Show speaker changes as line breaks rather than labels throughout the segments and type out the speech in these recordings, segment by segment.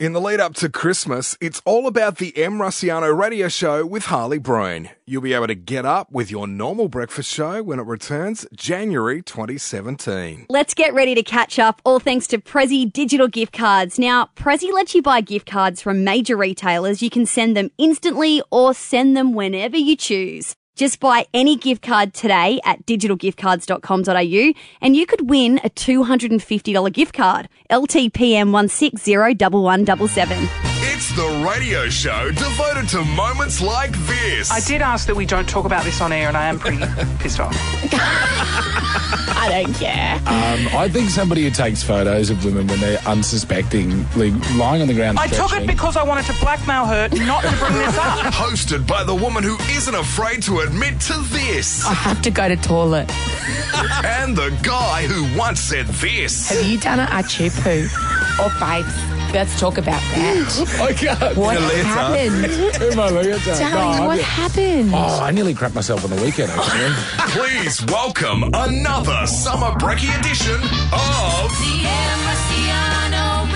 In the lead up to Christmas, it's all about the M. Rossiano radio show with Harley Brown. You'll be able to get up with your normal breakfast show when it returns January 2017.
Let's get ready to catch up, all thanks to Prezi digital gift cards. Now, Prezi lets you buy gift cards from major retailers. You can send them instantly or send them whenever you choose. Just buy any gift card today at digitalgiftcards.com.au and you could win a $250 gift card. LTPM 1601177.
It's the radio show devoted to moments like this.
I did ask that we don't talk about this on air, and I am pretty pissed off.
I don't care.
Um, I think somebody who takes photos of women when they're unsuspectingly lying on the ground.
I took it
stretching-
because I wanted to blackmail her not to bring this up.
Hosted by the woman who isn't afraid to admit to this.
I have to go to toilet.
and the guy who once said this.
Have you done it? I chew poo. Or Oh, babes. Let's talk about that.
I can't.
What
In a letter.
happened?
Am I looking at that?
Darling,
No, I
what
did-
happened?
Oh, I nearly crapped myself on the weekend, actually.
Please welcome another summer breaky edition of
The Emmerciano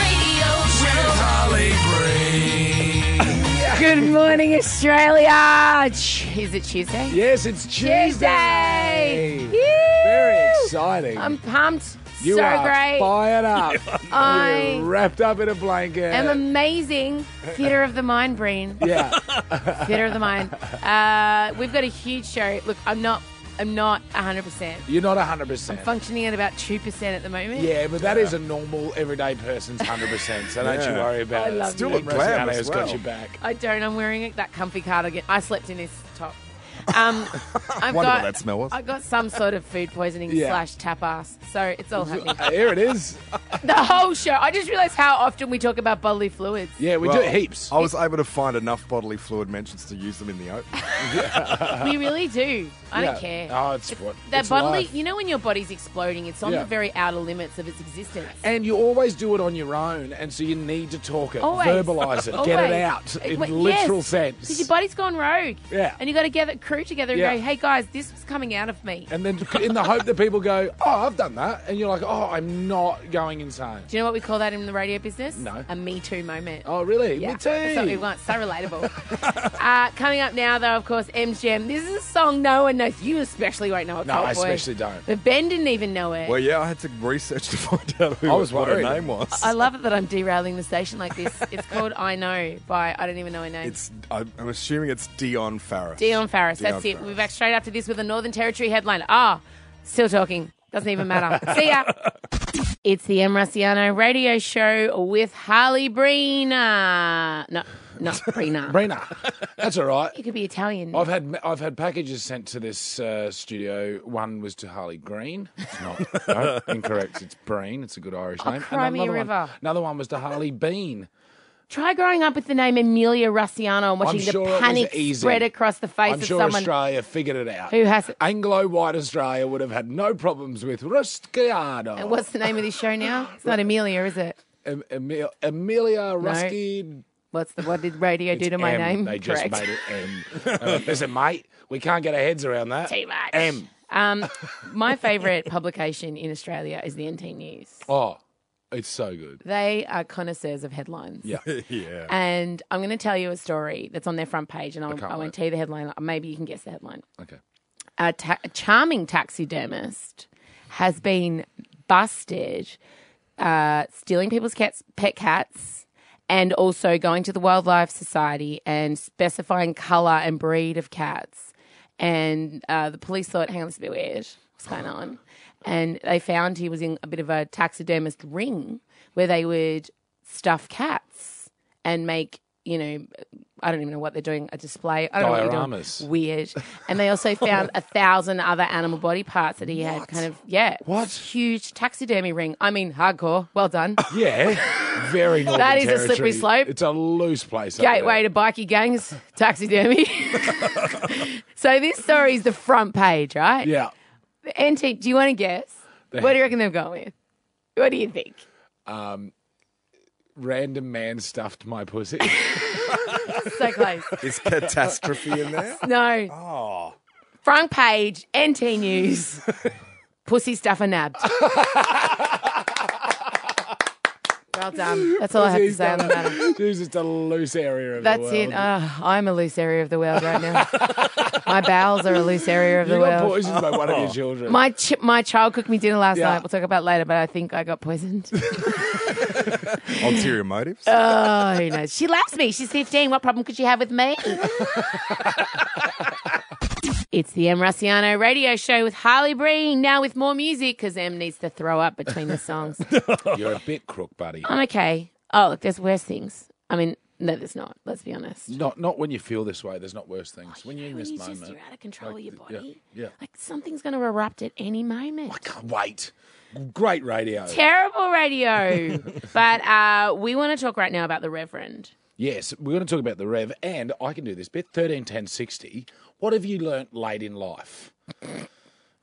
Radio
With
Show.
Harley Breen.
Good morning, Australia. Ch- Is it Tuesday?
yes, it's Tuesday.
Tuesday.
Very
Woo.
exciting.
I'm pumped.
you
so
are
great.
fired up.
I-
You're wrapped up in a blanket.
I'm amazing. Theatre of the mind, brain.
yeah.
Theatre of the mind. Uh, we've got a huge show. Look, I'm not. I'm not 100. percent
You're not 100%.
Functioning at about two percent at the moment.
yeah, but that is a normal, everyday person's 100%, so don't you worry about
I
it.
love Still you.
Nick
look
glam
Rossiano's
as
got
well.
your back.
I don't. I'm wearing it- that comfy cardigan. I slept in this top. Um,
Wonder
I've got,
what that smell was.
I got some sort of food poisoning
Yeah.
slash tapas, so it's all happening.
Here it is.
the whole show. I just realised how often we talk about bodily fluids.
Yeah, we do
Well,
it heaps.
I was able to find enough bodily fluid mentions to use them in the open.
We really do. I
Yeah.
don't care.
Oh, it's what
that
it's
bodily,
life.
you know, when your body's exploding, it's on
Yeah.
the very outer limits of its existence.
And you always do it on your own, and so you need to talk it,
Always.
verbalise it, get it
Always.
out in
Well,
literal
yes, Because your
sense.
body's gone rogue.
Yeah.
And you got to gather crew together and
Yeah.
go, hey guys, this was coming out of me.
And then in the hope that people go, oh, I've done that, and you're like, oh, I'm not going insane.
Do you know what we call that in the radio business?
No.
A Me Too moment.
Oh, really?
Yeah,
Me
That's what we
too.
want. So relatable. uh, coming up now, though, of course, MGM. This is a song no one knows. You especially won't know it.
No,
Colt
I
Boy.
especially don't.
But Ben didn't even know it.
Well, yeah, I had to research to find out who
I was
what her
worried.
name was.
I love it that I'm derailing the station like this. It's called I Know by I don't even know her name.
it's I'm I'm assuming it's Dion Farris.
Dion Farris.
Dion
That's it. We're
Farris.
back straight after this with a Northern Territory headline. Ah, still talking. Doesn't even matter. See ya. It's the M. Rossiano radio show with Harley Brina. No, not Brina.
Brina. That's all right.
it could be Italian.
I've had I've had packages sent to this uh, studio. One was to Harley Green. It's not no, incorrect. It's Breen. It's a good Irish name.
cry me a
another
Oh, river.
One, another one was to Harley Bean.
Try growing up with the name Emilia Rossiano and watching
I'm sure
the panic
it was easy.
spread across the face
I'm
of
sure
someone.
Australia figured it out.
Who has it?
Anglo white Australia would have had no problems with Rusciano.
And What's the name of this show now? It's not Amelia, is it?
Em- Emil- Emilia Ruskin.
What's the what did radio do to my
M.
name?
They just
Correct.
made it M. Uh, Listen, mate, we can't get our heads around that.
Too much.
M.
Um, my favourite publication in Australia is the NT News.
Oh, it's so good.
They are connoisseurs of headlines.
Yeah.
yeah.
And I'm going to tell you a story that's on their front page, and I'll,
can't
I won't
wait.
tell you the headline. Maybe you can guess the headline.
Okay.
a, ta- a charming taxidermist has been busted uh, stealing people's cats, pet cats and also going to the Wildlife Society and specifying colour and breed of cats. And uh, the police thought, hang on, this is a bit weird. What's going on? And they found he was in a bit of a taxidermist ring where they would stuff cats and make, you know, I don't even know what they're doing, a display. I don't know what they're
Dioramas.
doing weird. And they also found a thousand other animal body parts that he had kind of, yeah.
What?
Huge taxidermy ring. I mean, hardcore. Well done.
Yeah. Very normal.
That is a slippery slope.
It's a loose place. up there.
Gateway to bikie gangs, taxidermy. so this story is the front page, right?
Yeah.
Antique, do you want to guess? What do you reckon they've gone with? What do you think?
Random man stuffed my pussy.
So close.
Is catastrophe in there?
No. Oh. Front page, NT News. Pussy stuffer nabbed. Well done. That's all I have to
She's
say on the
done it.
matter.
She's just a loose area of
That's
the
it.
world.
Ah, I'm a loose area of the world right now. my bowels are a loose area of
you
the
got
world.
poisoned by one of your children.
My ch- my child cooked me dinner last
Yeah.
night. We'll talk about it later, but I think I got poisoned.
Ulterior motives.
oh, who knows? She loves me. She's 15. What problem could she have with me? it's the M. Rossiano radio show with Harley Breen, now with more music because M needs to throw up between the songs.
You're a bit crook, buddy.
I'm okay. Oh, look, there's worse things. I mean, no, there's not. Let's be honest.
Not not when you feel this way. There's not worse things. when you're in this
you
moment,
just, you're out of control of your
yeah,
body.
yeah.
Like something's going to erupt at any moment.
can't wait. Great radio.
Terrible radio. but uh, we want to talk right now about the Reverend.
Yes, we're going to talk about the Rev, and I can do this bit. Thirteen ten sixty. What have you learnt late in life?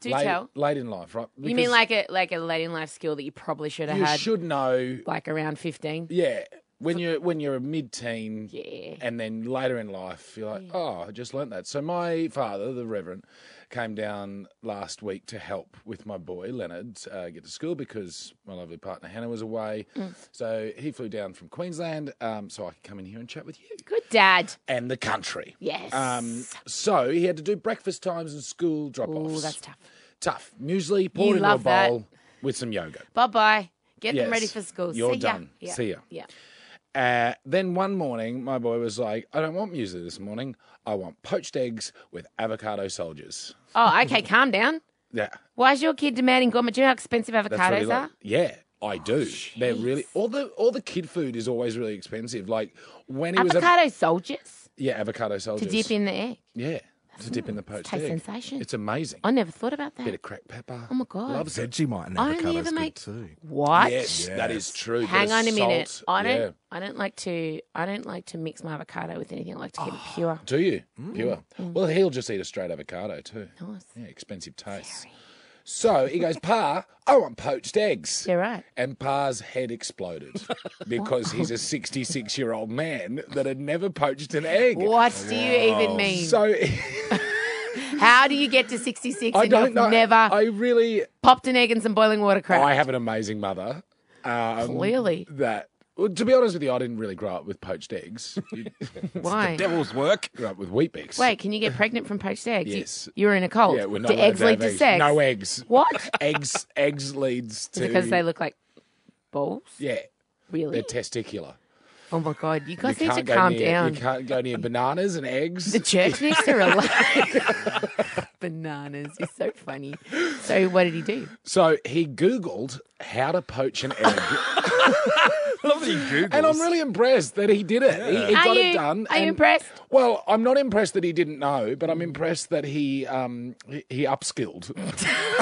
Do
late,
tell.
Late in life, right?
You mean
Because
like a like a late in life skill that you probably should have
you
had
should know?
like around fifteen?
Yeah, when you're when you're a mid-teen,
Yeah.
and then later in life, you're like, oh, I just learnt that. So my father, the Reverend, came down last week to help with my boy Leonard uh, get to school because my lovely partner Hannah was away.
Mm.
So he flew down from Queensland, um, so I could come in here and chat with you
Good dad.
and the country.
Yes.
Um, so he had to do breakfast times and school drop-offs.
Oh, that's tough.
Tough. Muesli poured into a
love that.
bowl with some yogurt.
Bye bye. Get them
Yes.
ready for school.
You're
See ya.
done. See ya.
Yeah.
Uh, then one morning, my boy was like, "I don't want muesli this morning. I want poached eggs with avocado soldiers."
Oh, okay. calm down.
Yeah,
Why's your kid demanding gourmet? Do you know how expensive
that's really
avocados are?
Yeah, I do. They're really all the all the kid food is always really expensive. Like when he was a,
Avocado soldiers
yeah avocado soldiers
to dip in the egg.
yeah to dip in the poached
tastes
egg.
sensation.
It's amazing.
I never thought about that.
Bit of cracked pepper.
Oh my God.
loves it.
Vegemite and
I
avocado's
only ever
good
make
too.
what?
Yes, that is true. Bit
Hang
of
on a minute.
salt.
I don't.
Yeah.
I don't like to. I don't like to mix my avocado with anything. I like to keep
Oh.
it pure.
Do you? Pure. Well, he'll just eat a straight avocado too.
Mm. Nice.
Yeah, expensive taste. So he goes, Pa, I want poached eggs.
Yeah, right.
And Pa's head exploded because he's a 66 year old man that had never poached an egg.
What do you even mean?
So
How do you get to 66
I
and you've
don't know.
never
I really.
popped an egg in some boiling water crack?
I have an amazing mother. Um,
Clearly.
That. Well, to be honest with you, I didn't really grow up with poached eggs. You
Why?
Devil's work.
grew up with wheat bix.
Wait, can you get pregnant from poached eggs? You-
Yes.
You, were in a cult.
Yeah, we're not
do
allowed
eggs
to have
lead to
eggs.
sex?
No eggs.
What?
eggs eggs leads to
because they look like balls?
yeah
Really?
they're testicular.
oh my God. You guys need to
go
calm
near,
down.
You can't go near bananas and eggs.
The church next to are like bananas. You're so funny. So, what did he do?
So he googled how to poach an egg,
Love that you Google.
and I'm really impressed that he did it. He, he
Are
got
you-
it done.
are you
and-
impressed?
Well, I'm not impressed that he didn't know, but I'm impressed that he um he, he upskilled.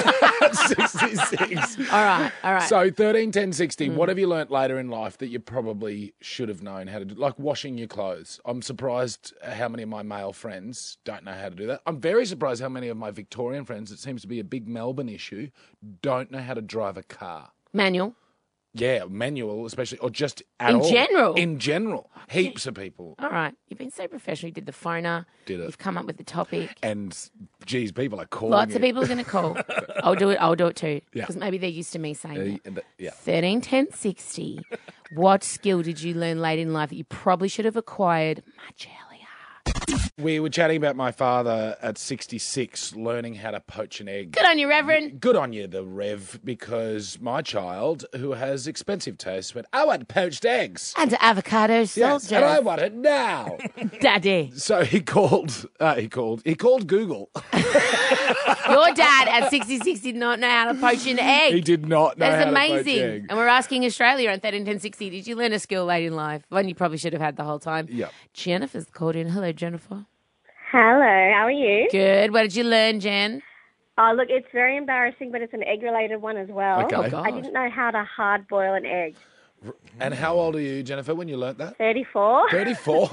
At 66.
All right. All right. Hmm.
So 13, 10, 60, what have you learnt later in life that you probably should have known how to do? Like washing your clothes. I'm surprised how many of my male friends don't know how to do that. I'm very surprised how many of my Victorian friends, it seems to be a big Melbourne issue, don't know how to drive a car.
Manual.
Yeah, manual especially, or just at
In
all.
general?
In general. Heaps of people.
All right. You've been so professional. You did the phoner.
Did it.
You've come up with the topic.
And, geez, people are calling
Lots of
you.
people are going to call. I'll do it. I'll do it too.
Yeah.
Because maybe they're used to me saying
Uh,
it.
and the- Yeah.
13, 10, 60. what skill did you learn late in life that you probably should have acquired much earlier?
We were chatting about my father at 66 learning how to poach an egg.
Good on you, Reverend.
Good on you, the Rev, because my child, who has expensive taste, went, I want poached eggs.
And avocado soldiers.
Yes, and I want it now.
Daddy.
so he called, uh, he called, he called Google.
Your dad at 66 did not know how to poach an egg.
He did not know
That's
how to
amazing.
poach egg.
And we're asking Australia on 13, 10, 60, did you learn a skill late in life? One you probably should have had the whole time.
Yep.
Jennifer's called in. Hello, Jennifer.
Hello, how are you?
Good. What did you learn, Jen?
Oh, look, it's very embarrassing, but it's an egg related one as well.
Okay.
Oh,
I
I
God.
didn't know how to hard boil an egg.
And how old are you, Jennifer, when you learnt that?
34?
34.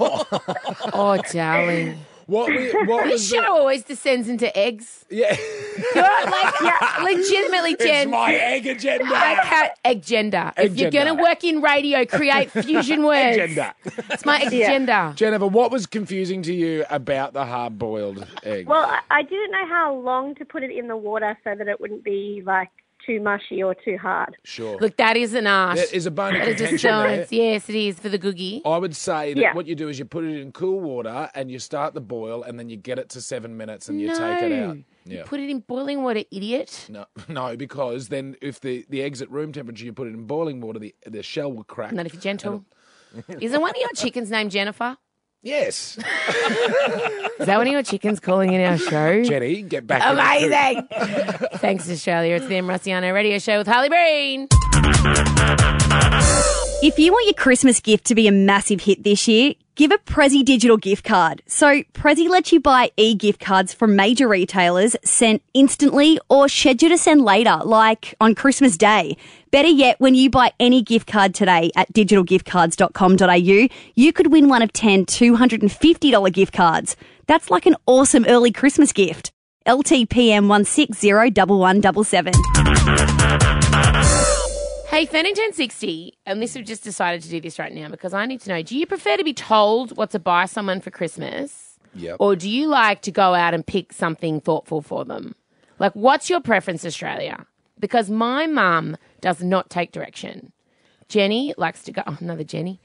Oh, darling.
what, we, what
This
was
show
the,
always descends into eggs.
Yeah.
You're like, legitimately, Jen.
egg
I
agenda.
can't agenda. if you're
Agenda.
going to work in radio, create fusion words.
Agenda.
It's my agenda.
Jennifer, what was confusing to you about the hard boiled egg?
Well, I- I didn't know how long to put it in the water so that it wouldn't be like too mushy or too hard.
Sure.
Look, that is an art.
there is a bone of
That is a
contention there. Oh,
science. Yes, it is for the googie.
I would say that
Yeah.
what you do is you put it in cool water and you start the boil and then you get it to seven minutes and you take it out.
No.
Yeah.
You put it in boiling water, idiot.
no, no, because then if the, the egg's at room temperature, you put it in boiling water, the, the shell will crack.
Not if you're gentle. Isn't one of your chickens named Jennifer?
Yes.
Is that one of your chickens calling in our show?
Jenny, get back. in the coop.
Amazing. Thanks, Australia. It's the M. Rossiano Radio Show with Harley Breen.
If you want your Christmas gift to be a massive hit this year, give a Prezi digital gift card. So Prezi lets you buy e-gift cards from major retailers sent instantly or scheduled to send later, like on Christmas Day. Better yet, when you buy any gift card today at digitalgiftcards.com.au, you could win one of 10 $250 gift cards. That's like an awesome early Christmas gift. LTPM 1601177.
Hey, Fanny ten sixty, and this we've just decided to do this right now because I need to know: Do you prefer to be told what to buy someone for Christmas,
Yep.
or do you like to go out and pick something thoughtful for them? Like, what's your preference, Australia? Because my mum does not take direction. Jenny likes to go. Oh, another Jenny.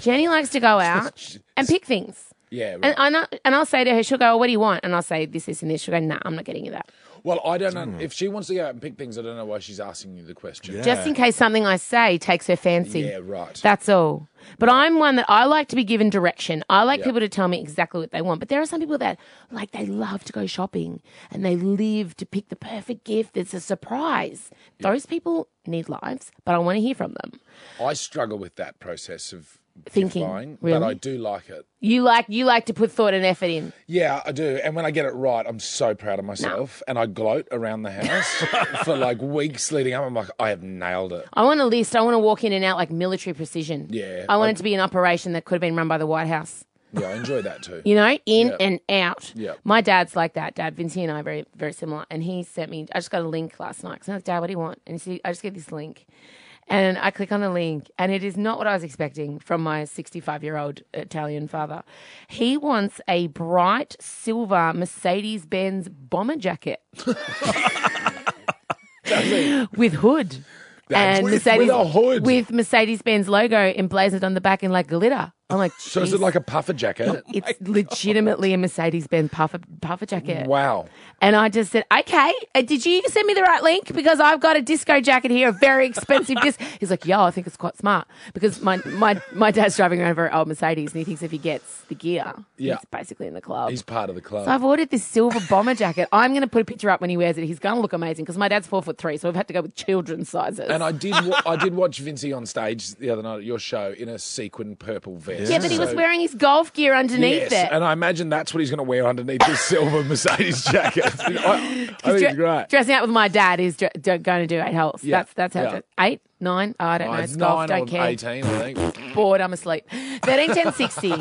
Jenny likes to go out and pick things.
Yeah. Right.
And, and, I, and I'll say to her, she'll go, oh, what do you want? And I'll say this, this, and this. She'll go, nah, I'm not getting you that.
well, I don't know. If she wants to go out and pick things, I don't know why she's asking you the question.
Just in case something I say takes her fancy.
Yeah, right.
That's all. But I'm one that I like to be given direction. I like people to tell me exactly what they want. But there are some people that like they love to go shopping and they live to pick the perfect gift. It's a surprise. Those people need lives, but I want to hear from them.
I struggle with that process of gift
Thinking,
buying, but
really?
I do like it.
You like you like to put thought and effort in.
Yeah, I do. And when I get it right, I'm so proud of myself. And I gloat around the house for like weeks leading up. I'm like, I have nailed it.
I want a list. I want to walk in and out like military precision.
Yeah.
I want it to be an operation that could have been run by the White House.
Yeah, I enjoy that too.
you know, in
Yeah.
and out.
Yeah.
My dad's like that. Dad, Vincey and I are very, very similar. And he sent me, I just got a link last night. 'Cause I'm like, Dad, what do you want? And he said, I just get this link. And I click on the link, and it is not what I was expecting from my 65 year old Italian father. He wants a bright silver Mercedes Benz bomber jacket with hood. and
with- with a hood.
with Mercedes Benz logo emblazoned on the back in like glitter. I'm like,
So is it like a puffer jacket?
it's legitimately a Mercedes Benz puffer, puffer jacket.
Wow.
And I just said, okay, uh, did you send me the right link? Because I've got a disco jacket here, a very expensive disc. He's like, yo, I think it's quite smart. Because my, my, my dad's driving around a very old Mercedes and he thinks if he gets the gear,
Yeah.
he's basically in the club.
He's part of the club.
So I've ordered this silver bomber jacket. I'm going to put a picture up when he wears it. He's going to look amazing because my dad's four foot three, so I've had to go with children's sizes.
and I did, wa- I did watch Vincey on stage the other night at your show in a sequin purple vest.
yeah, but he was
So-
wearing his golf gear underneath
Yes,
it.
and I imagine that's what he's going to wear underneath his silver Mercedes jacket. I, I think it's
Dre-
Oh, great.
Dressing out with my dad is dr- d- going to do eight holes.
Yeah,
That's that's how
yeah.
it goes. eight, nine. oh, I don't know.
Mine's
It's golf.
nine
Don't
or
care.
18, I think.
Bored. I'm asleep. Thirteen, ten, sixty.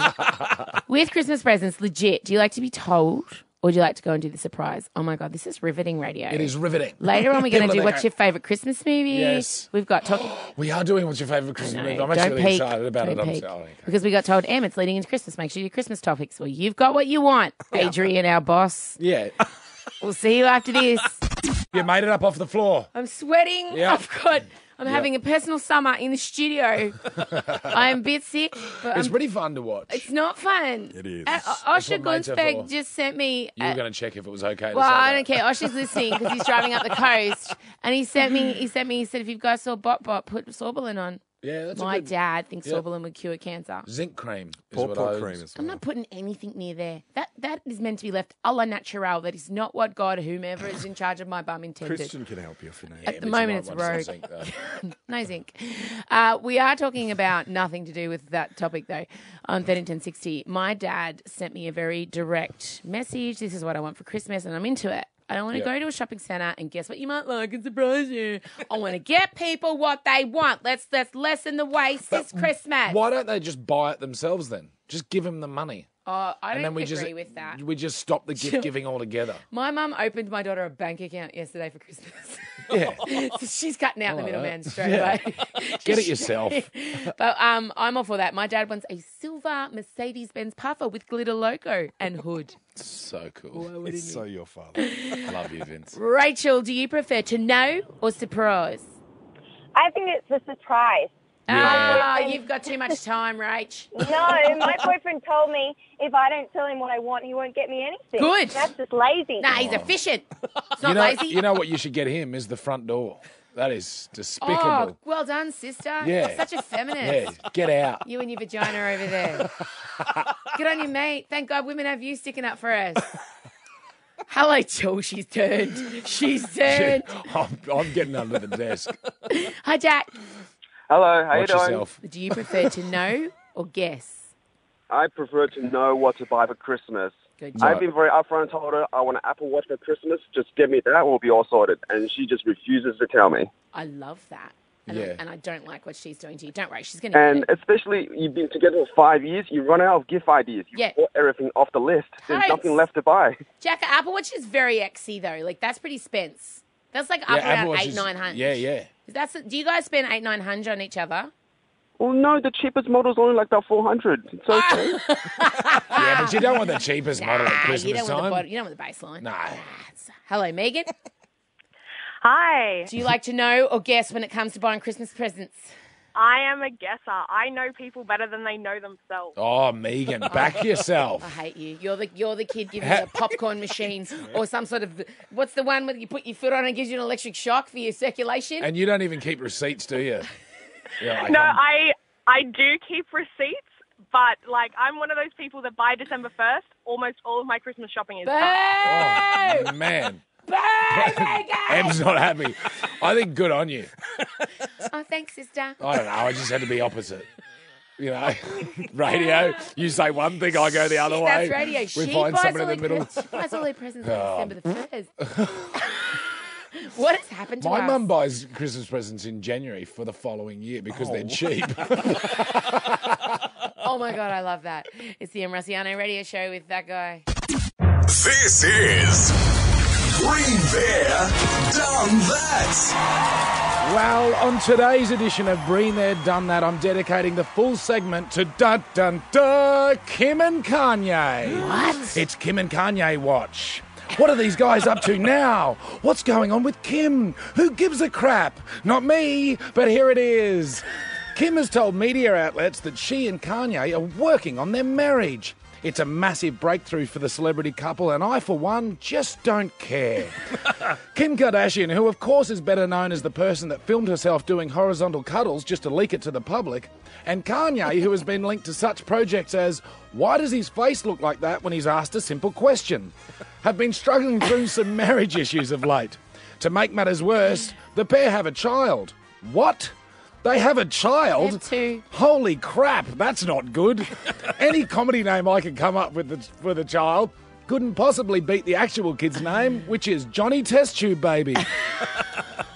with Christmas presents, legit. Do you like to be told, or do you like to go and do the surprise? Oh my god, this is riveting radio.
It is riveting.
Later on, we're going
People
to
are
do
there
what's
going,
your favourite Christmas movie.
Yes.
we've got talking.
We are doing what's your favourite Christmas
No,
movie.
don't
I'm actually really
peek.
excited about
Don't
it. I'm
peek.
sorry. Okay.
Because we got told, Em, it's leading into Christmas. Make sure your Christmas topics. Well, you've got what you want, Adrian, our boss.
Yeah.
We'll see you after this.
You made it up off the floor.
I'm sweating.
Yeah.
I've got. I'm having a personal summer in the studio. I'm a bit sick, but
It's
I'm,
pretty fun to watch.
it's not fun. Uh, It
is.
Osher
what mates are
Gunsberg
for.
just sent me.
You were
a-
going to check if it was okay. to
uh, well,
say
I
that.
don't care. Osher's listening because he's driving up the coast, and he sent me. He sent me. He said, "If you guys saw Bot Bot, put Sorbolin on."
Yeah, that's
My
a good
dad thinks Sorbolin would cure cancer.
zinc cream. Is what I
Pawpaw
was-
cream as
I'm
well.
not putting anything near there. That that is meant to be left a la naturelle. That is not what God, whomever is in charge of my bum, intended.
Christian can help you if you need.
At the
You might
moment, it's
want some
rogue.
zinc, though.
No zinc. Uh, we are talking about nothing to do with that topic, though. On 131060, my dad sent me a very direct message. This is what I want for Christmas, and I'm into it. I don't want to
Yeah.
go to a shopping center and guess what you might like and surprise you. I want to get people what they want. Let's let's lessen the waste this Christmas.
Why don't they just buy it themselves then? Just give him the money.
Oh, I
and
don't
then we
agree
just
with that.
we just stop the gift giving altogether.
My mum opened my daughter a bank account yesterday for Christmas.
Yeah.
so she's cutting out the
that.
middleman straight
Yeah.
away.
Get it yourself.
but um, I'm all for that. My dad wants a silver Mercedes Benz puffer with glitter logo and hood.
so cool.
It's so your father.
I love you, Vince.
Rachel, do you prefer to know or surprise?
I think it's a surprise.
Ah, you've got too much time, Rach.
No, my boyfriend told me if I don't tell him what I want, he won't get me anything.
Good.
That's just lazy.
Nah, he's efficient. It's not
You know,
lazy.
you know what you should get him is the front door. That is
oh,
despicable.
well done, sister.
Yeah.
You're such a
yeah,
feminist.
get out.
You and your vagina over there. Good on you, mate. Thank God women have you sticking up for us. Hello, Jill. She's turned. She's turned.
I'm, I'm getting under the desk.
Hi, Jack.
Hello, how
Watch
you doing?
yourself.
Do you prefer to know or guess?
I prefer to know what to buy for Christmas.
Good
Right.
I've been very upfront told her I want an Apple Watch for Christmas. Just give me that, we'll be all sorted. And she just refuses to tell me.
I love that. And, I,
Yeah.
and I don't like what she's doing to you. Don't worry, she's going to.
And especially, you've been together for five years. You run out of gift ideas. You
Yeah.
bought everything off the list. There's
Right.
nothing left to buy.
Jack, a Apple Watch is very exy though. Like that's pretty spence. That's like
Yeah,
up
Apple
around
Watch
eight
is-
nine hundred.
Yeah, yeah.
That's do you guys spend eight nine hundred on each other?
Well, no, the cheapest model's only like about 400. It's
Ah.
okay.
Yeah, but you don't want the cheapest model at
Ah,
Christmas
you don't
time.
want the bottom, you don't want the baseline.
Nah.
That's- Hello, Megan.
Hi.
Do you like to know or guess when it comes to buying Christmas presents?
I am a guesser. I know people better than they know themselves.
Oh, Megan, back yourself.
I hate you. You're the you're the kid giving you a popcorn machine or some sort of what's the one where you put your foot on and gives you an electric shock for your circulation?
And you don't even keep receipts, do you? Yeah, like,
No,
I'm-
I I do keep receipts, but like I'm one of those people that by December first, almost all of my Christmas shopping is done.
Boo!
Oh, man.
Boo, Megan!
Em's not happy. I think good on you.
Oh, thanks, sister.
I don't know. I just had to be opposite. You know, radio. You say one thing, I go the other way.
That's radio. she
find
buys
someone in the
all her
middle. Um.
Pres- she buys all her presents on December the first. what has happened to
My
us?
mum buys Christmas presents in January for the following year because they're cheap.
oh my god, I love that. It's the Emraciano radio show with that guy.
This is Bring There, Done That.
well, on today's edition of Been There, Done That, I'm dedicating the full segment to Dun Dun Dun Kim and Kanye. What? It's Kim and Kanye Watch. What are these guys up to now? What's going on with Kim? Who gives a crap? Not me, but here it is. Kim has told media outlets that she and Kanye are working on their marriage. It's a massive breakthrough for the celebrity couple, and I, for one, just don't care. Kim Kardashian, who of course is better known as the person that filmed herself doing horizontal cuddles just to leak it to the public, and Kanye, who has been linked to such projects as Why Does His Face Look Like That When He's Asked a Simple Question? have been struggling through some marriage issues of late. To make matters worse, the pair have a child. What? They have a child?
They have two.
Holy crap, that's not good. Any comedy name I could come up with the, for the child couldn't possibly beat the actual kid's name, which is Johnny Test Tube Baby.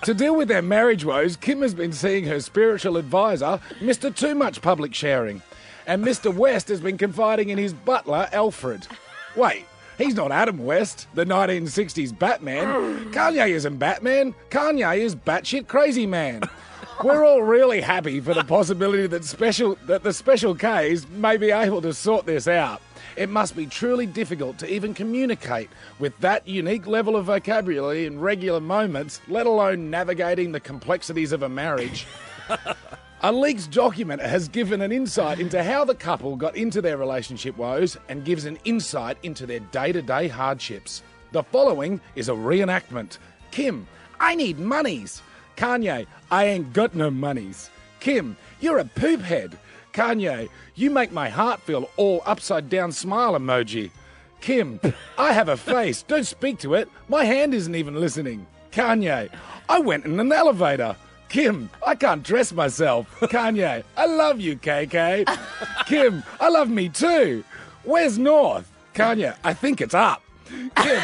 to deal with their marriage woes, Kim has been seeing her spiritual advisor, Mr. Too Much Public Sharing. And Mr. West has been confiding in his butler, Alfred. Wait, he's not Adam West, the 1960s Batman. Kanye isn't Batman. Kanye is batshit crazy man. We're all really happy for the possibility that special that the special Ks may be able to sort this out. It must be truly difficult to even communicate with that unique level of vocabulary in regular moments, let alone navigating the complexities of a marriage. A leaked document has given an insight into how the couple got into their relationship woes and gives an insight into their day to day hardships. The following is a reenactment Kim, I need monies. Kanye, I ain't got no monies. Kim, you're a poop head. Kanye, you make my heart feel all upside down smile emoji. Kim, I have a face. Don't speak to it. My hand isn't even listening. Kanye, I went in an elevator. Kim, I can't dress myself. Kanye, I love you, KK. Kim, I love me too. Where's North? Kanye, I think it's up. Kim,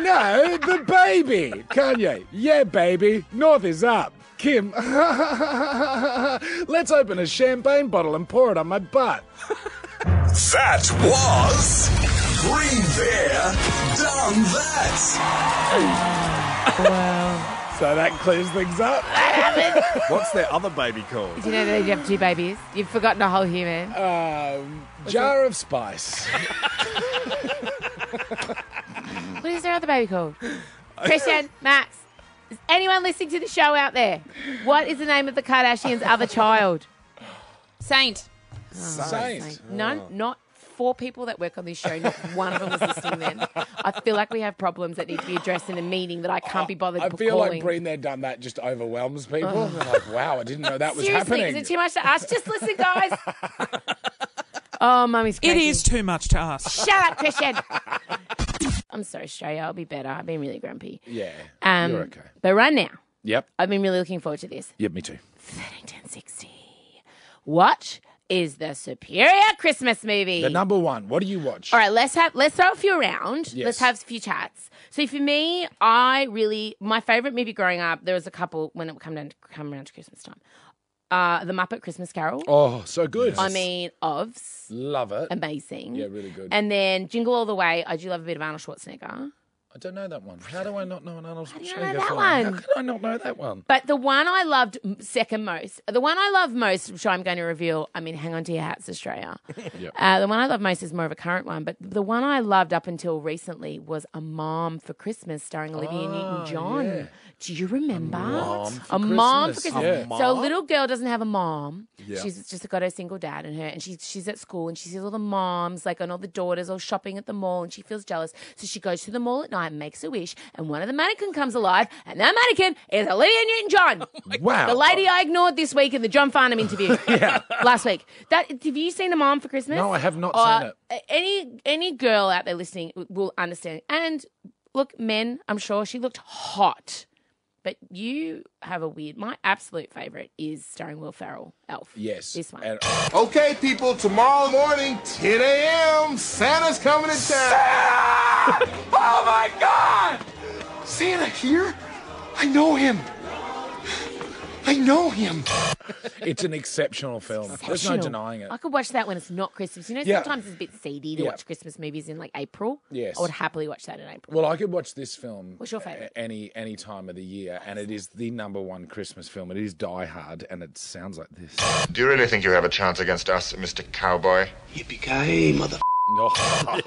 no, the baby. Kanye, yeah, baby. North is up. Kim, let's open a champagne bottle and pour it on my butt.
That was Green Bear Done That.
So that clears things up.
What's their other baby called?
Do you know that you have two babies? You've forgotten a whole human.
Um, jar of spice.
What is their other baby called? Christian, Max, is anyone listening to the show out there? What is the name of the Kardashians' other child?
Saint.
Saint.
None, not four people that work on this show, not one of them is listening then. I feel like we have problems that need to be addressed in a meeting that I can't be bothered
I feel
calling.
like Breen there, done that just overwhelms people. They're like, wow, I didn't know that was
Seriously,
happening.
is it too much to ask? Just listen, guys. oh, mummy's crazy.
It is too much to ask.
Shut up, Christian. I'm sorry, Australia. I'll be better. I've been really grumpy.
yeah.
Um,
You're okay.
But right now,
Yep.
I've been really looking forward to this.
Yep, me too.
1360. What is the superior Christmas movie?
The number one. What do you watch?
All right, let's have let's throw a few around.
Yes.
Let's have a few chats. So for me, I really my favorite movie growing up. There was a couple when it would come down to, come around to Christmas time. Uh, the Muppet Christmas Carol.
Oh, so good.
I mean, ofs
love it.
amazing.
Yeah, really good.
And then Jingle All the Way. I do love a bit of Arnold Schwarzenegger.
I don't know that one. How do I not know an Arnold
do you not
Schwarzenegger
know that
film?
one?
How can I not know that one?
But the one I loved m- second most, the one I love most, which I'm going to reveal, I mean, hang on to your hats, Australia. uh, the one I love most is more of a current one, but the one I loved up until recently was A Mom for Christmas starring Olivia
Ah,
Newton John. Do you remember? A Mom
for Christmas, yeah.
A
So a
Mom?
little girl doesn't have a mom. She's just got her single dad and her, and she's she's at school and she sees all the moms, like, and all the daughters all shopping at the mall, and she feels jealous. So she goes to the mall at night and makes a wish, and one of the mannequin comes alive, and that mannequin is Olivia Newton John.
wow.
The lady I ignored this week in the John Farnham interview last week. That have you seen a mom for Christmas?
No, I have not
Uh,
seen it.
a- Any any girl out there listening w- will understand. And look, men, I'm sure she looked hot, but you have a weird. My absolute favorite is starring Will Ferrell, Elf.
Yes.
this one.
And-
Okay, people, tomorrow morning, 10 a.m., Santa's coming to town. Oh my God! Santa here? I know him. I know him.
it's an exceptional film. There's no
Exceptional.
denying it.
I could watch that when it's not Christmas. You know,
Yeah.
sometimes it's a bit seedy to
Yeah.
watch Christmas movies in like April.
Yes.
I would happily watch that in April.
Well, I could watch this film.
What's your favourite?
a- Any any time of the year, and it is the number one Christmas film. It is Die Hard, and it sounds like this.
Do you really think you have a chance against us, Mr. Cowboy?
No, Oh,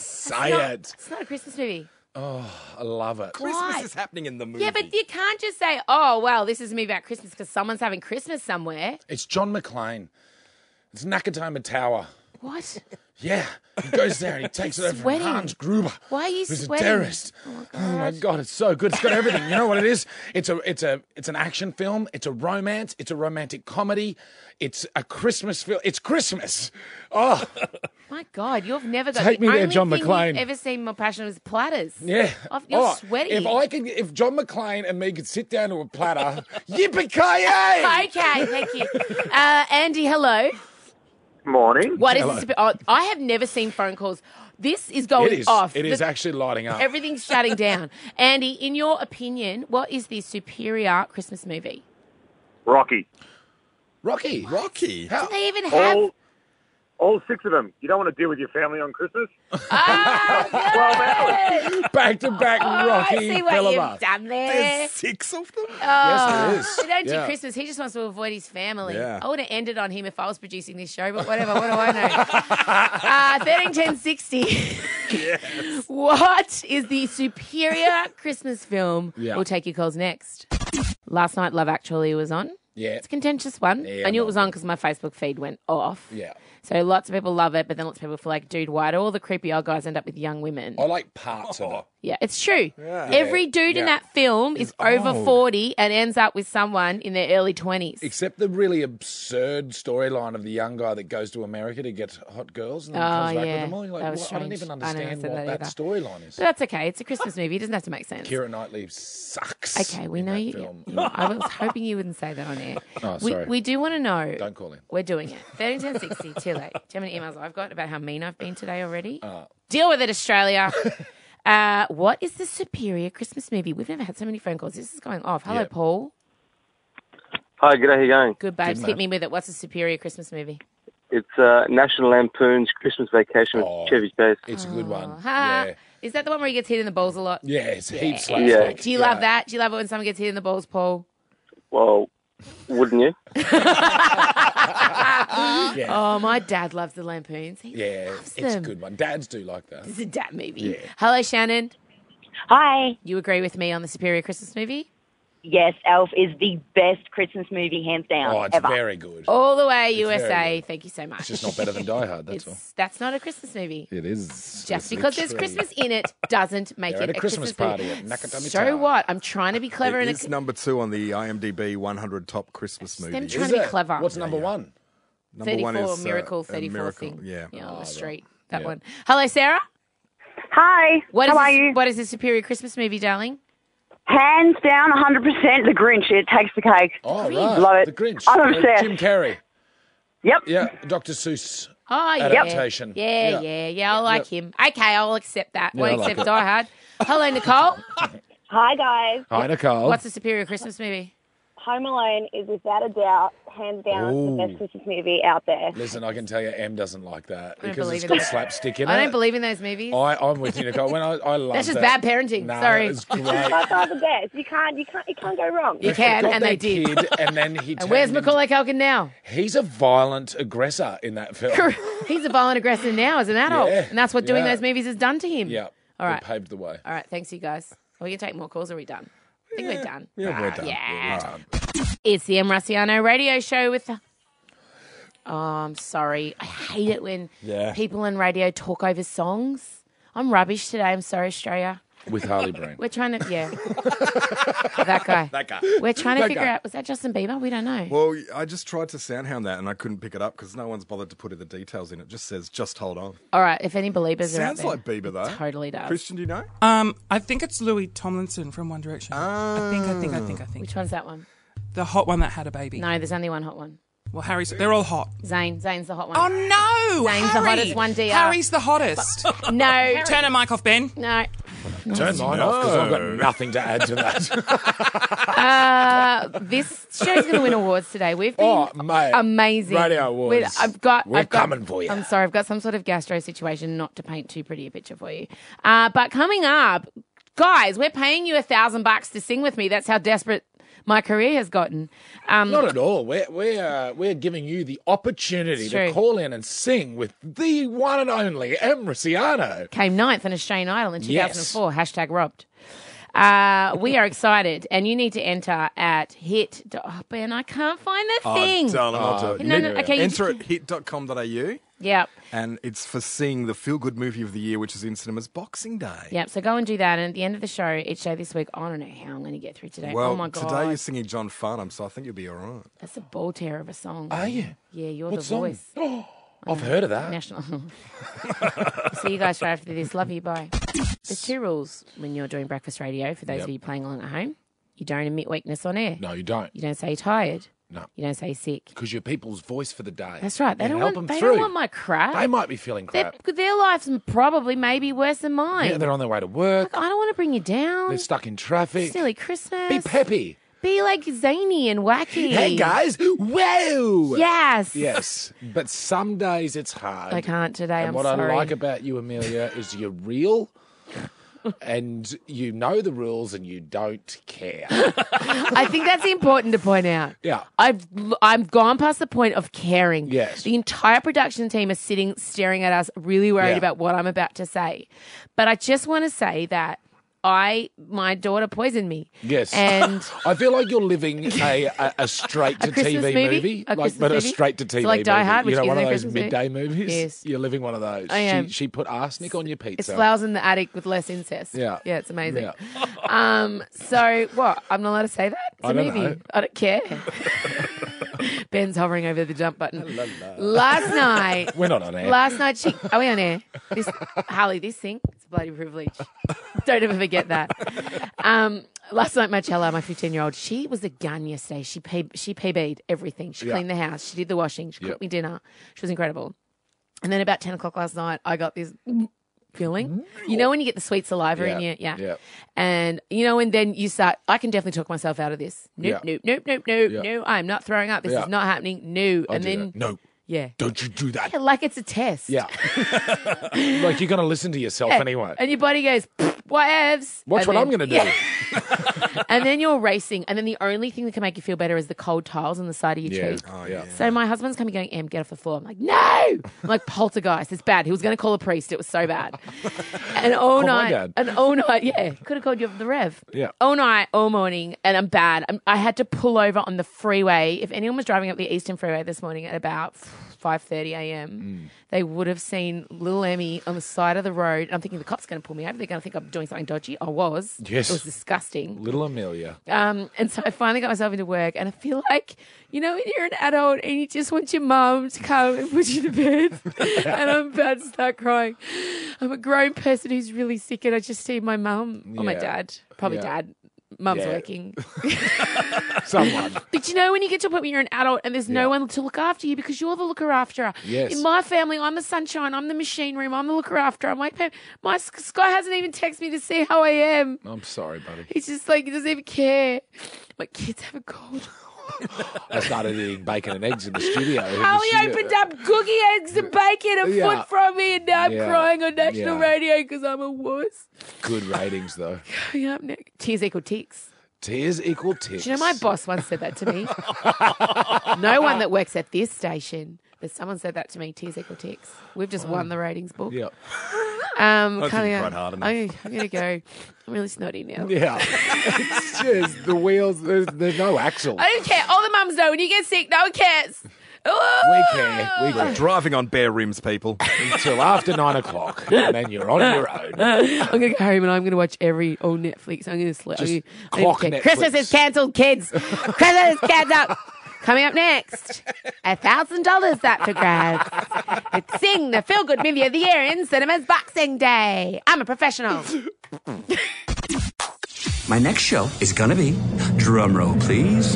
say it.
It's not a Christmas movie.
I love it.
Why?
Christmas is happening in the movie.
Yeah, but you can't just say, "Oh, well, this is a movie about Christmas" because someone's having Christmas somewhere.
It's John McClane. It's Nakatoma Tower.
What?
Yeah, he goes there and he takes it over from
Sweating.
Hans Gruber.
Why are you
who's
sweating?
a terrorist? Oh my, god, it's so good. It's got everything. You know what it is? It's a, it's a, it's an action film. It's a romance. It's a romantic comedy. It's a Christmas film. It's Christmas. Oh,
My God, you've never got
Take
the
me there,
only
John
thing
McClane.
You've ever seen more passionate was platters.
Yeah.
Off- you're
Oh,
sweaty.
If I could, if John McClane and me could sit down to a platter, yippee ki
Okay, thank you, uh, Andy. Hello.
Morning.
What is
Hello.
this? about- Oh, I have never seen phone calls. This is going
It is.
oh, off.
It is
The-
actually lighting up.
Everything's shutting down. Andy, in your opinion, what is the superior Christmas movie?
Rocky.
Rocky.
Rocky.
How?
Do they even have?
All, all six of them. You don't want to deal with your family on Christmas?
Ah, yes!
Back to back
Oh,
Rocky
I see what
Bellamar.
you've done there.
There's six of them?
Yes, there is.
They Uh, don't
Yeah.
do Christmas. He just wants to avoid his family.
Yeah.
I would have ended on him if I was producing this show, but whatever. What do I know? uh, 13, 10, 60. What is the superior Christmas film?
Yeah.
We'll take your calls next. Last night, Love Actually was on.
Yeah.
It's a contentious one.
Yeah,
I knew
no.
it was on because my Facebook feed went off.
Yeah.
So lots of people love it, but then lots of people feel like, dude, why do all the creepy old guys end up with young women?
I like parts of it.
Yeah, it's true. Every dude
Yeah.
in
Oh.
that film is over 40 and ends up with someone in their early 20s.
Except the really absurd storyline of the young guy that goes to America to get hot girls and then
Oh,
comes back
yeah.
with them all. You're like,
That was
"What? I don't
strange.
even
I don't
understand
understand
what
that
that,
either."
storyline is.
But that's okay. It's a Christmas movie. It doesn't have to make sense.
Kira Knightley sucks.
Okay, we
in
know
that
you.
Film.
you- I was hoping you wouldn't say that on air.
Oh,
we,
sorry.
we do want to know.
Don't call in.
We're doing it. 131060, too late. Do you know how many emails I've got about how mean I've been today already?
Uh.
Deal with it, Australia. uh, what is the superior Christmas movie? We've never had so many phone calls. This is going off. Hello,
Yeah.
Paul.
Hi, g'day, how you going?
Good babes. Hit me with it. What's the superior Christmas movie?
It's uh, National Lampoon's Christmas Vacation with Chevy Chase.
It's a good one.
Oh, Ha. Is that the one where he gets hit in the balls a lot?
Yeah, it's heaps
Yeah.
last
Yeah.
week.
Do you love that? Do you love it when someone gets hit in the balls, Paul?
Well, wouldn't you?
Yeah.
Oh, my dad loves the lampoons. He
Yeah,
loves
it's a
them.
good one. Dads do like that.
This is a dad movie.
Yeah.
Hello, Shannon.
Hi.
You agree with me on the Superior Christmas movie?
Yes, Elf is the best Christmas movie, hands down.
Oh, it's
ever.
very good.
All the way,
It's very
USA. Thank you so much.
It's just not better than Die Hard, that's all.
That's not a Christmas movie.
It is.
Just
It's a
because there's
tree.
Christmas in it doesn't make
They're
it
at a Christmas
movie.
party at Nakatomi
So
Tower.
what? I'm trying to be clever
It
and
is number two on the IMDb 100 top Christmas
them
movies.
trying to Is be it? clever. What's
number one?
Number one
34
is uh,
miracle,
a
34
miracle.
thing.
Yeah.
Oh,
Yeah, on the street. That
Yeah.
one. Hello, Sarah.
Hi.
What is
How
the-
are you?
What is the superior Christmas movie, darling?
Hands down, 100% The Grinch. It takes the cake.
Oh, right.
Love it.
The Grinch.
I'm
Uh,
obsessed.
Jim Carrey.
Yep.
Yeah, Dr. Seuss.
Oh, yeah.
Adaptation.
Yeah, yeah, yeah. I like him. Okay, I'll accept that.
Yeah,
Won't
I like
accept
it.
Die Hard. Hello, Nicole.
Hi, guys.
Hi, Nicole.
What's the superior Christmas movie?
Home Alone is without a doubt, hands down,
Ooh.
the best Christmas movie out there.
Listen, I can tell you, M doesn't like that
don't
because
believe
it's
in
got
it.
slapstick in it.
I don't believe in those movies. Uh,
I, I'm with you, Nicole. When I, I love
That's just
that.
bad parenting.
Nah,
Sorry.
It's
It's
great.
by far the best. You can't, you can't, you can't go wrong.
You
They
can,
forgot
and they
their
did.
kid, and then he.
And where's
turned into-
Macaulay Culkin now?
He's a violent aggressor in that film.
He's a violent aggressor now as an adult,
Yeah,
and that's what doing
yeah.
those movies has done to him.
Yeah.
All right.
It paved the way.
All right. Thanks, you guys. Are we gonna take more calls? Or are we done? I think we're done.
Yeah, we're
Ah,
done.
Yeah.
Yeah, we're done.
It's the M. Rossiano radio show with. Oh, I'm sorry. I hate it when
Yeah.
people on radio talk over songs. I'm rubbish today. I'm sorry, Australia.
With Harley Breen.
We're trying to, yeah. that guy.
That guy.
We're trying to
That
figure
guy.
out. Was that Justin Bieber? We don't know.
Well, I just tried to soundhound that and I couldn't pick it up because no one's bothered to put in the details in. It just says, just hold on.
All right. If any believers are out
Sounds
there,
like Bieber, though.
totally does.
Christian, do you know?
Um, I think it's Louis Tomlinson from One Direction. I think, I think, I think, I think.
Which one's that one?
The hot one that had a baby.
No, there's only one hot one.
Well, Harry's. They're all hot.
Zane. Zane's the hot one.
Oh no!
Zane's
Harry.
the hottest one. Dr.
Harry's the hottest.
no.
Turn her mic off, Ben.
No.
Turn mine off because I've got nothing to add to that.
Uh, this show's going to win awards today. We've been
Oh, mate.
amazing.
Radio awards.
With- I've got.
We're
I've got-
coming for you.
I'm sorry, I've got some sort of gastro situation. Not to paint too pretty a picture for you, uh, but coming up, guys, we're paying you a thousand bucks to sing with me. That's how desperate my career has gotten. Um,
Not at all. We're we're uh, we're giving you the opportunity
It's
to
true.
call in and sing with the one and only M. Rossiano.
Came ninth on Australian Idol in
Yes.
2004. Hashtag robbed. Uh, we are excited, and you need to enter at hit. do- Oh, ben, I can't find the thing.
Oh, darling, I'll do it.
No, no, okay, you
Enter at hit.com.au
Yep.
and it's for seeing the feel good movie of the year, which is in cinemas Boxing Day.
Yep. So go and do that. And at the end of the show, each day this week, I don't know how I'm going to get through today.
Well,
oh my god,
today you're singing John Farnham, so I think you'll be all right.
that's a ball tear of a song.
Are you?
Yeah, you're
What
the
song?
voice.
I've heard of that.
National. See you guys right after this. Love you. Bye. There's two rules when you're doing breakfast radio for those
Yep.
of you playing along at home. You don't admit weakness on air.
No, you don't.
You don't say you're tired.
No,
You don't say you're sick.
because you're people's voice for the day.
That's right. They
You
don't
help
want.
them
they
through.
don't want my crap.
They might be feeling
Their,
crap.
their life's probably maybe worse than mine.
Yeah, they're on their way to work.
I don't want to bring you down.
They're stuck in traffic.
Silly Christmas.
Be peppy.
Be like zany and wacky.
Hey guys, whoa!
Yes.
Yes, but some days it's hard.
I can't today.
And
I'm
what
sorry.
I like about you, Amelia, is you're real and you know the rules and you don't care.
I think that's important to point out.
Yeah.
I've I've gone past the point of caring.
Yes.
The entire production team is sitting staring at us, really worried
Yeah.
about what I'm about to say. But I just want to say that I my daughter poisoned me.
Yes.
And
I feel like you're living a, a, a straight to
A Christmas
TV
movie? A
like,
Christmas
but
movie?
a straight to TV
So like Die
movie.
Hard,
you
which
know,
is
one
a
of those
Christmas movie?
midday movies.
Yes.
You're living one of those.
I am.
She, she put arsenic on your pizza.
it's flowers in the attic with less incest.
Yeah.
Yeah, it's amazing.
Yeah.
Um so what? I'm not allowed to say that? It's a
I don't
movie.
know.
I don't care. Ben's hovering over the jump button. Last night
We're not on air.
Last night, she. Are we on air? This, Harley, this thing, it's a bloody privilege. Don't ever forget that. Um, last night, Marcella, my 15 year old, she was a gun yesterday. She, P- she PB'd everything. She
Yeah.
cleaned the house. She did the washing. She
Yeah.
cooked me dinner. She was incredible. And then about 10 o'clock last night, I got this feeling. You know when you get the sweet saliva in
Yeah.
you? Yeah.
Yeah.
And you know, and then you start, I can definitely talk myself out of this. Nope,
Yeah.
nope, nope, nope, nope,
Yeah.
nope. I'm not throwing up. This
Yeah.
is not happening. No.
I
and
do
then
that. no.
Yeah.
Don't you do that.
Yeah, like it's a test.
Yeah. like you're going to listen to yourself
Yeah.
anyway.
And your body goes, "Pfft, whatevs.
Watch what
And then-
I'm going to do.
Yeah. and then you're racing. And then the only thing that can make you feel better is the cold tiles on the side of your
Yeah.
cheek.
Oh, yeah.
So my husband's coming going, Em, get off the floor. I'm like, no. I'm like, poltergeist. It's bad. He was going to call a priest. It was so bad. And all
Call my
night.
dad.
And all night. Yeah. Could have called you up the rev.
Yeah.
All night, all morning. And I'm bad. I'm, I had to pull over on the freeway. If anyone was driving up the Eastern Freeway this morning at about
Mm.
5.30 a.m., they would have seen little Emmy on the side of the road. I'm thinking the cop's going to pull me over. They're going to think I'm doing something dodgy. I was.
Yes.
It was disgusting.
Little Amelia.
Um, and so I finally got myself into work, and I feel like, you know, when you're an adult and you just want your mum to come and put you to bed, and I'm about to start crying. I'm a grown person who's really sick, and I just see my mum or my
Yeah.
dad, probably
Yeah.
dad. Mum's
Yeah.
working.
Someone.
But you know, when you get to a point where you're an adult and there's no one to look after you because you're the looker after.
Yes.
In my family, I'm the sunshine, I'm the machine room, I'm the looker after. I'm like, "Pam, my Sky hasn't even texted me to see how I am.
I'm sorry, buddy.
He's just like, he doesn't even care. My kids have a cold.
I started eating bacon and eggs in the studio.
Harley
This is-
opened up cookie eggs and bacon a
Yeah.
foot from me, and now I'm
Yeah.
crying on national
Yeah.
radio because I'm a wuss.
Good ratings, though.
Coming up next, tears equal ticks.
Tears equal
Do
ticks.
you know my boss once said that to me? no one that works at this station, but someone said that to me. Tears equal ticks. We've just won the ratings book.
Yeah.
Um,
I
coming
didn't
up-
quite hard enough.
I, I'm gonna go. I'm really snotty now.
Yeah. it's just the wheels. There's, there's no axle.
I don't care. All the mums know when you get sick, no one cares. Ooh.
care.
We are driving on bare rims, people.
Until after nine o'clock, and then you're on your own.
I'm gonna go home and I'm gonna watch every old Netflix. I'm gonna sleep.
Just
I'm gonna,
clock
I'm
Netflix.
gonna- Christmas is cancelled, kids. Christmas is cancelled. Coming up next, a thousand dollars that for grabs. It's Sing the feel good movie of the year in cinemas Boxing Day. I'm a professional.
My next show is gonna be, drumroll please,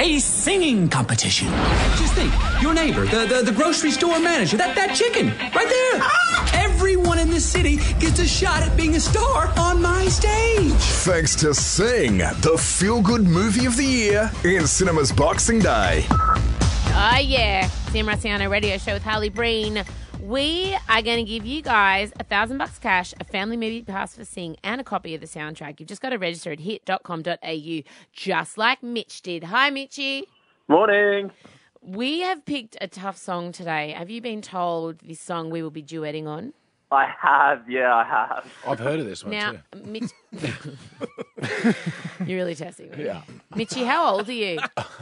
a singing competition. Just think, your neighbor, the, the, the grocery store manager, that, that chicken, right there. Everyone in this city gets a shot at being a star on my stage.
Thanks to Sing, the feel good movie of the year in cinemas Boxing Day.
Oh yeah, Sam Rossiano radio show with Harley Breen. We are going to give you guys a thousand bucks cash, a family movie pass for Sing, and a copy of the soundtrack. You've just got to register at hit.com.au, just like Mitch did. Hi, Mitchy.
Morning.
We have picked a tough song today. Have you been told this song we will be duetting on?
I have, yeah, I have.
I've heard of this one
now,
too.
Mitch, you're really testing me.
Yeah.
Mitchy, how old are you?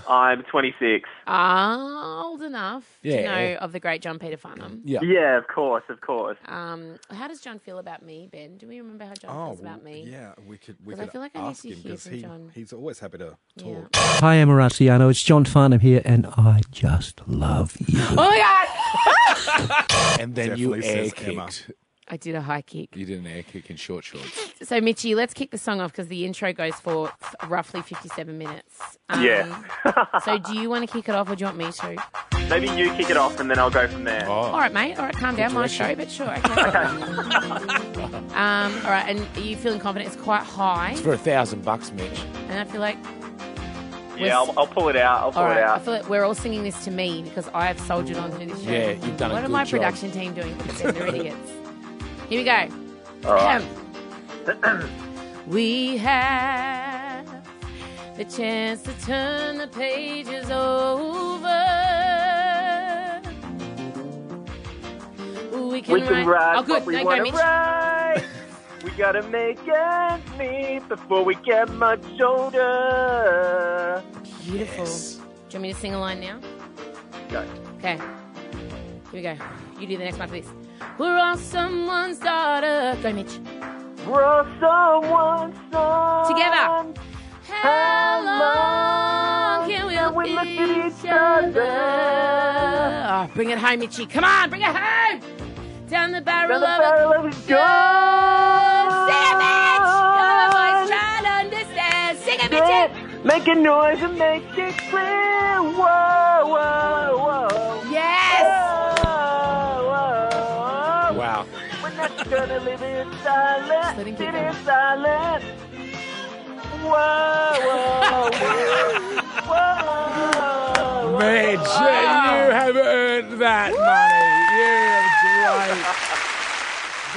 I'm 26.
Ah, old enough to
Yeah.
know of the great John Peter Farnham.
Yeah, of course, of course.
Um, how does John feel about me, Ben? Do we remember how John feels about me?
Oh, yeah, we could we
'Cause I
could
feel like I need
ask
to
him
hear
because
from
he,
John.
he's always happy to talk.
Hi, I'm Marciano. It's John Farnham here, and I just love you.
Oh my god!
And then you air kicked.
I did a high kick.
You did an air kick in short shorts.
so, Mitchy, let's kick the song off because the intro goes for f- roughly fifty-seven minutes. Um,
Yeah.
so, do you want to kick it off, or do you want me to?
Maybe you kick it off and then I'll go from there.
All right, mate. All right, calm down. My show, but sure. Okay. um, all right, and are you feeling confident? It's quite high,
It's for a thousand bucks, Mitch.
and I feel like
Yeah, I'll, I'll pull it out. I'll pull
all right.
it
I
out.
feel like we're all singing this to me because I have soldiered on through this show.
Yeah, you've done a
What are
good
my
job.
production team doing? Because they're idiots. Here we go.
All right.
we have the chance to turn the pages over. We can,
we can ride
Oh, good.
what we
no, go,
want to
Mitch.
ride. we gotta make ends meet before we get much older.
Beautiful. Do you want me to sing a line now?
Go.
Okay. Here we go. You do the next one please. We're all someone's daughter. Go, Mitch.
We're all someone's son.
Together. How long can we, look at each other? Oh, bring it home, Mitchy. Come on, bring it home. Down the barrel,
Down the barrel
of a gun. Sing it, Mitch. Your voice trying to understand. Sing it, Mitchy.
Make a noise and make it clear. Whoa, whoa, whoa.
Yes.
Whoa, whoa, whoa.
Wow.
We're not gonna live in silence. Sit in silence. Whoa, whoa, whoa. whoa,
bitch.
Ah.
You have earned that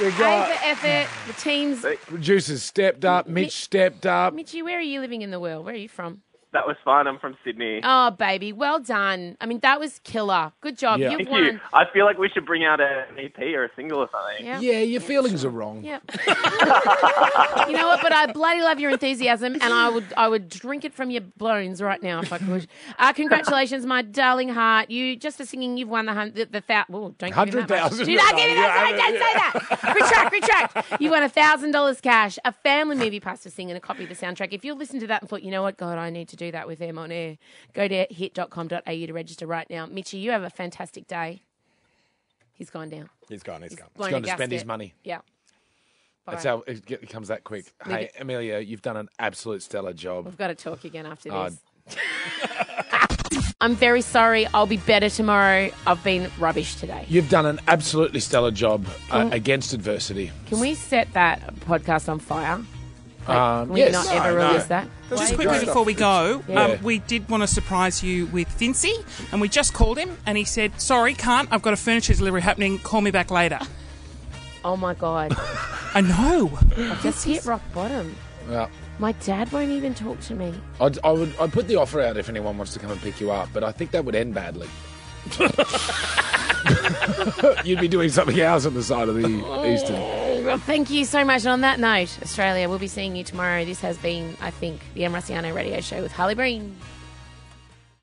money. You have great. We
Pay
got
for effort. The teams.
producers stepped up. Mitch stepped up.
Mitchie, where are you living in the world? Where are you from?
That was fun. I'm from Sydney.
Oh, baby, well done. I mean, that was killer. Good job.
Yeah.
You've
Thank
won.
you. I feel like we should bring out an EP or a single or something.
Yeah.
Yeah, your feelings are wrong.
Yeah. you know what? But I bloody love your enthusiasm, and I would I would drink it from your bones right now if I could. Uh, congratulations, my darling heart. You just for singing, you've won the hun- the, the thou- Ooh, don't give me that much.
100,000.
Do not give me
Yeah,
that
I
much. Don't say that. Retract, retract. You won a thousand dollars cash, a family movie pass for singing, a copy of the soundtrack. If you listen to that and thought, you know what, God, I need to do that with them on air. Go to hit.com.au to register right now. Mitchie, you have a fantastic day. He's gone down.
He's gone. He's gone.
He's
Blown
going
a
to spend his
gasket.
money.
Yeah.
That's
Bye.
how it get- it comes that quick.
Leave
hey,
it.
Amelia, you've done an absolute stellar job.
We've got to talk again after
Uh,
this. I'm very sorry. I'll be better tomorrow. I've been rubbish today.
You've done an absolutely stellar job uh, against adversity.
Can we set that podcast on fire?
Um,
we
yes.
not
No,
ever
no.
release that?
Just
Why-
quickly
No.
before we go,
Yeah.
um, we did want to surprise you with Vincy, and we just called him, and he said, "Sorry, can't. I've got a furniture delivery happening. Call me back later."
Oh my god!
I know.
I just hit rock bottom.
Yeah.
My dad won't even talk to me.
I'd, I would I'd put the offer out if anyone wants to come and pick you up, but I think that would end badly. You'd be doing something else on the side of the Eastern.
Oh, well, thank you so much. And on that note, Australia, we'll be seeing you tomorrow. This has been, I think, the Em Rossiano Radio Show with Harley Breen.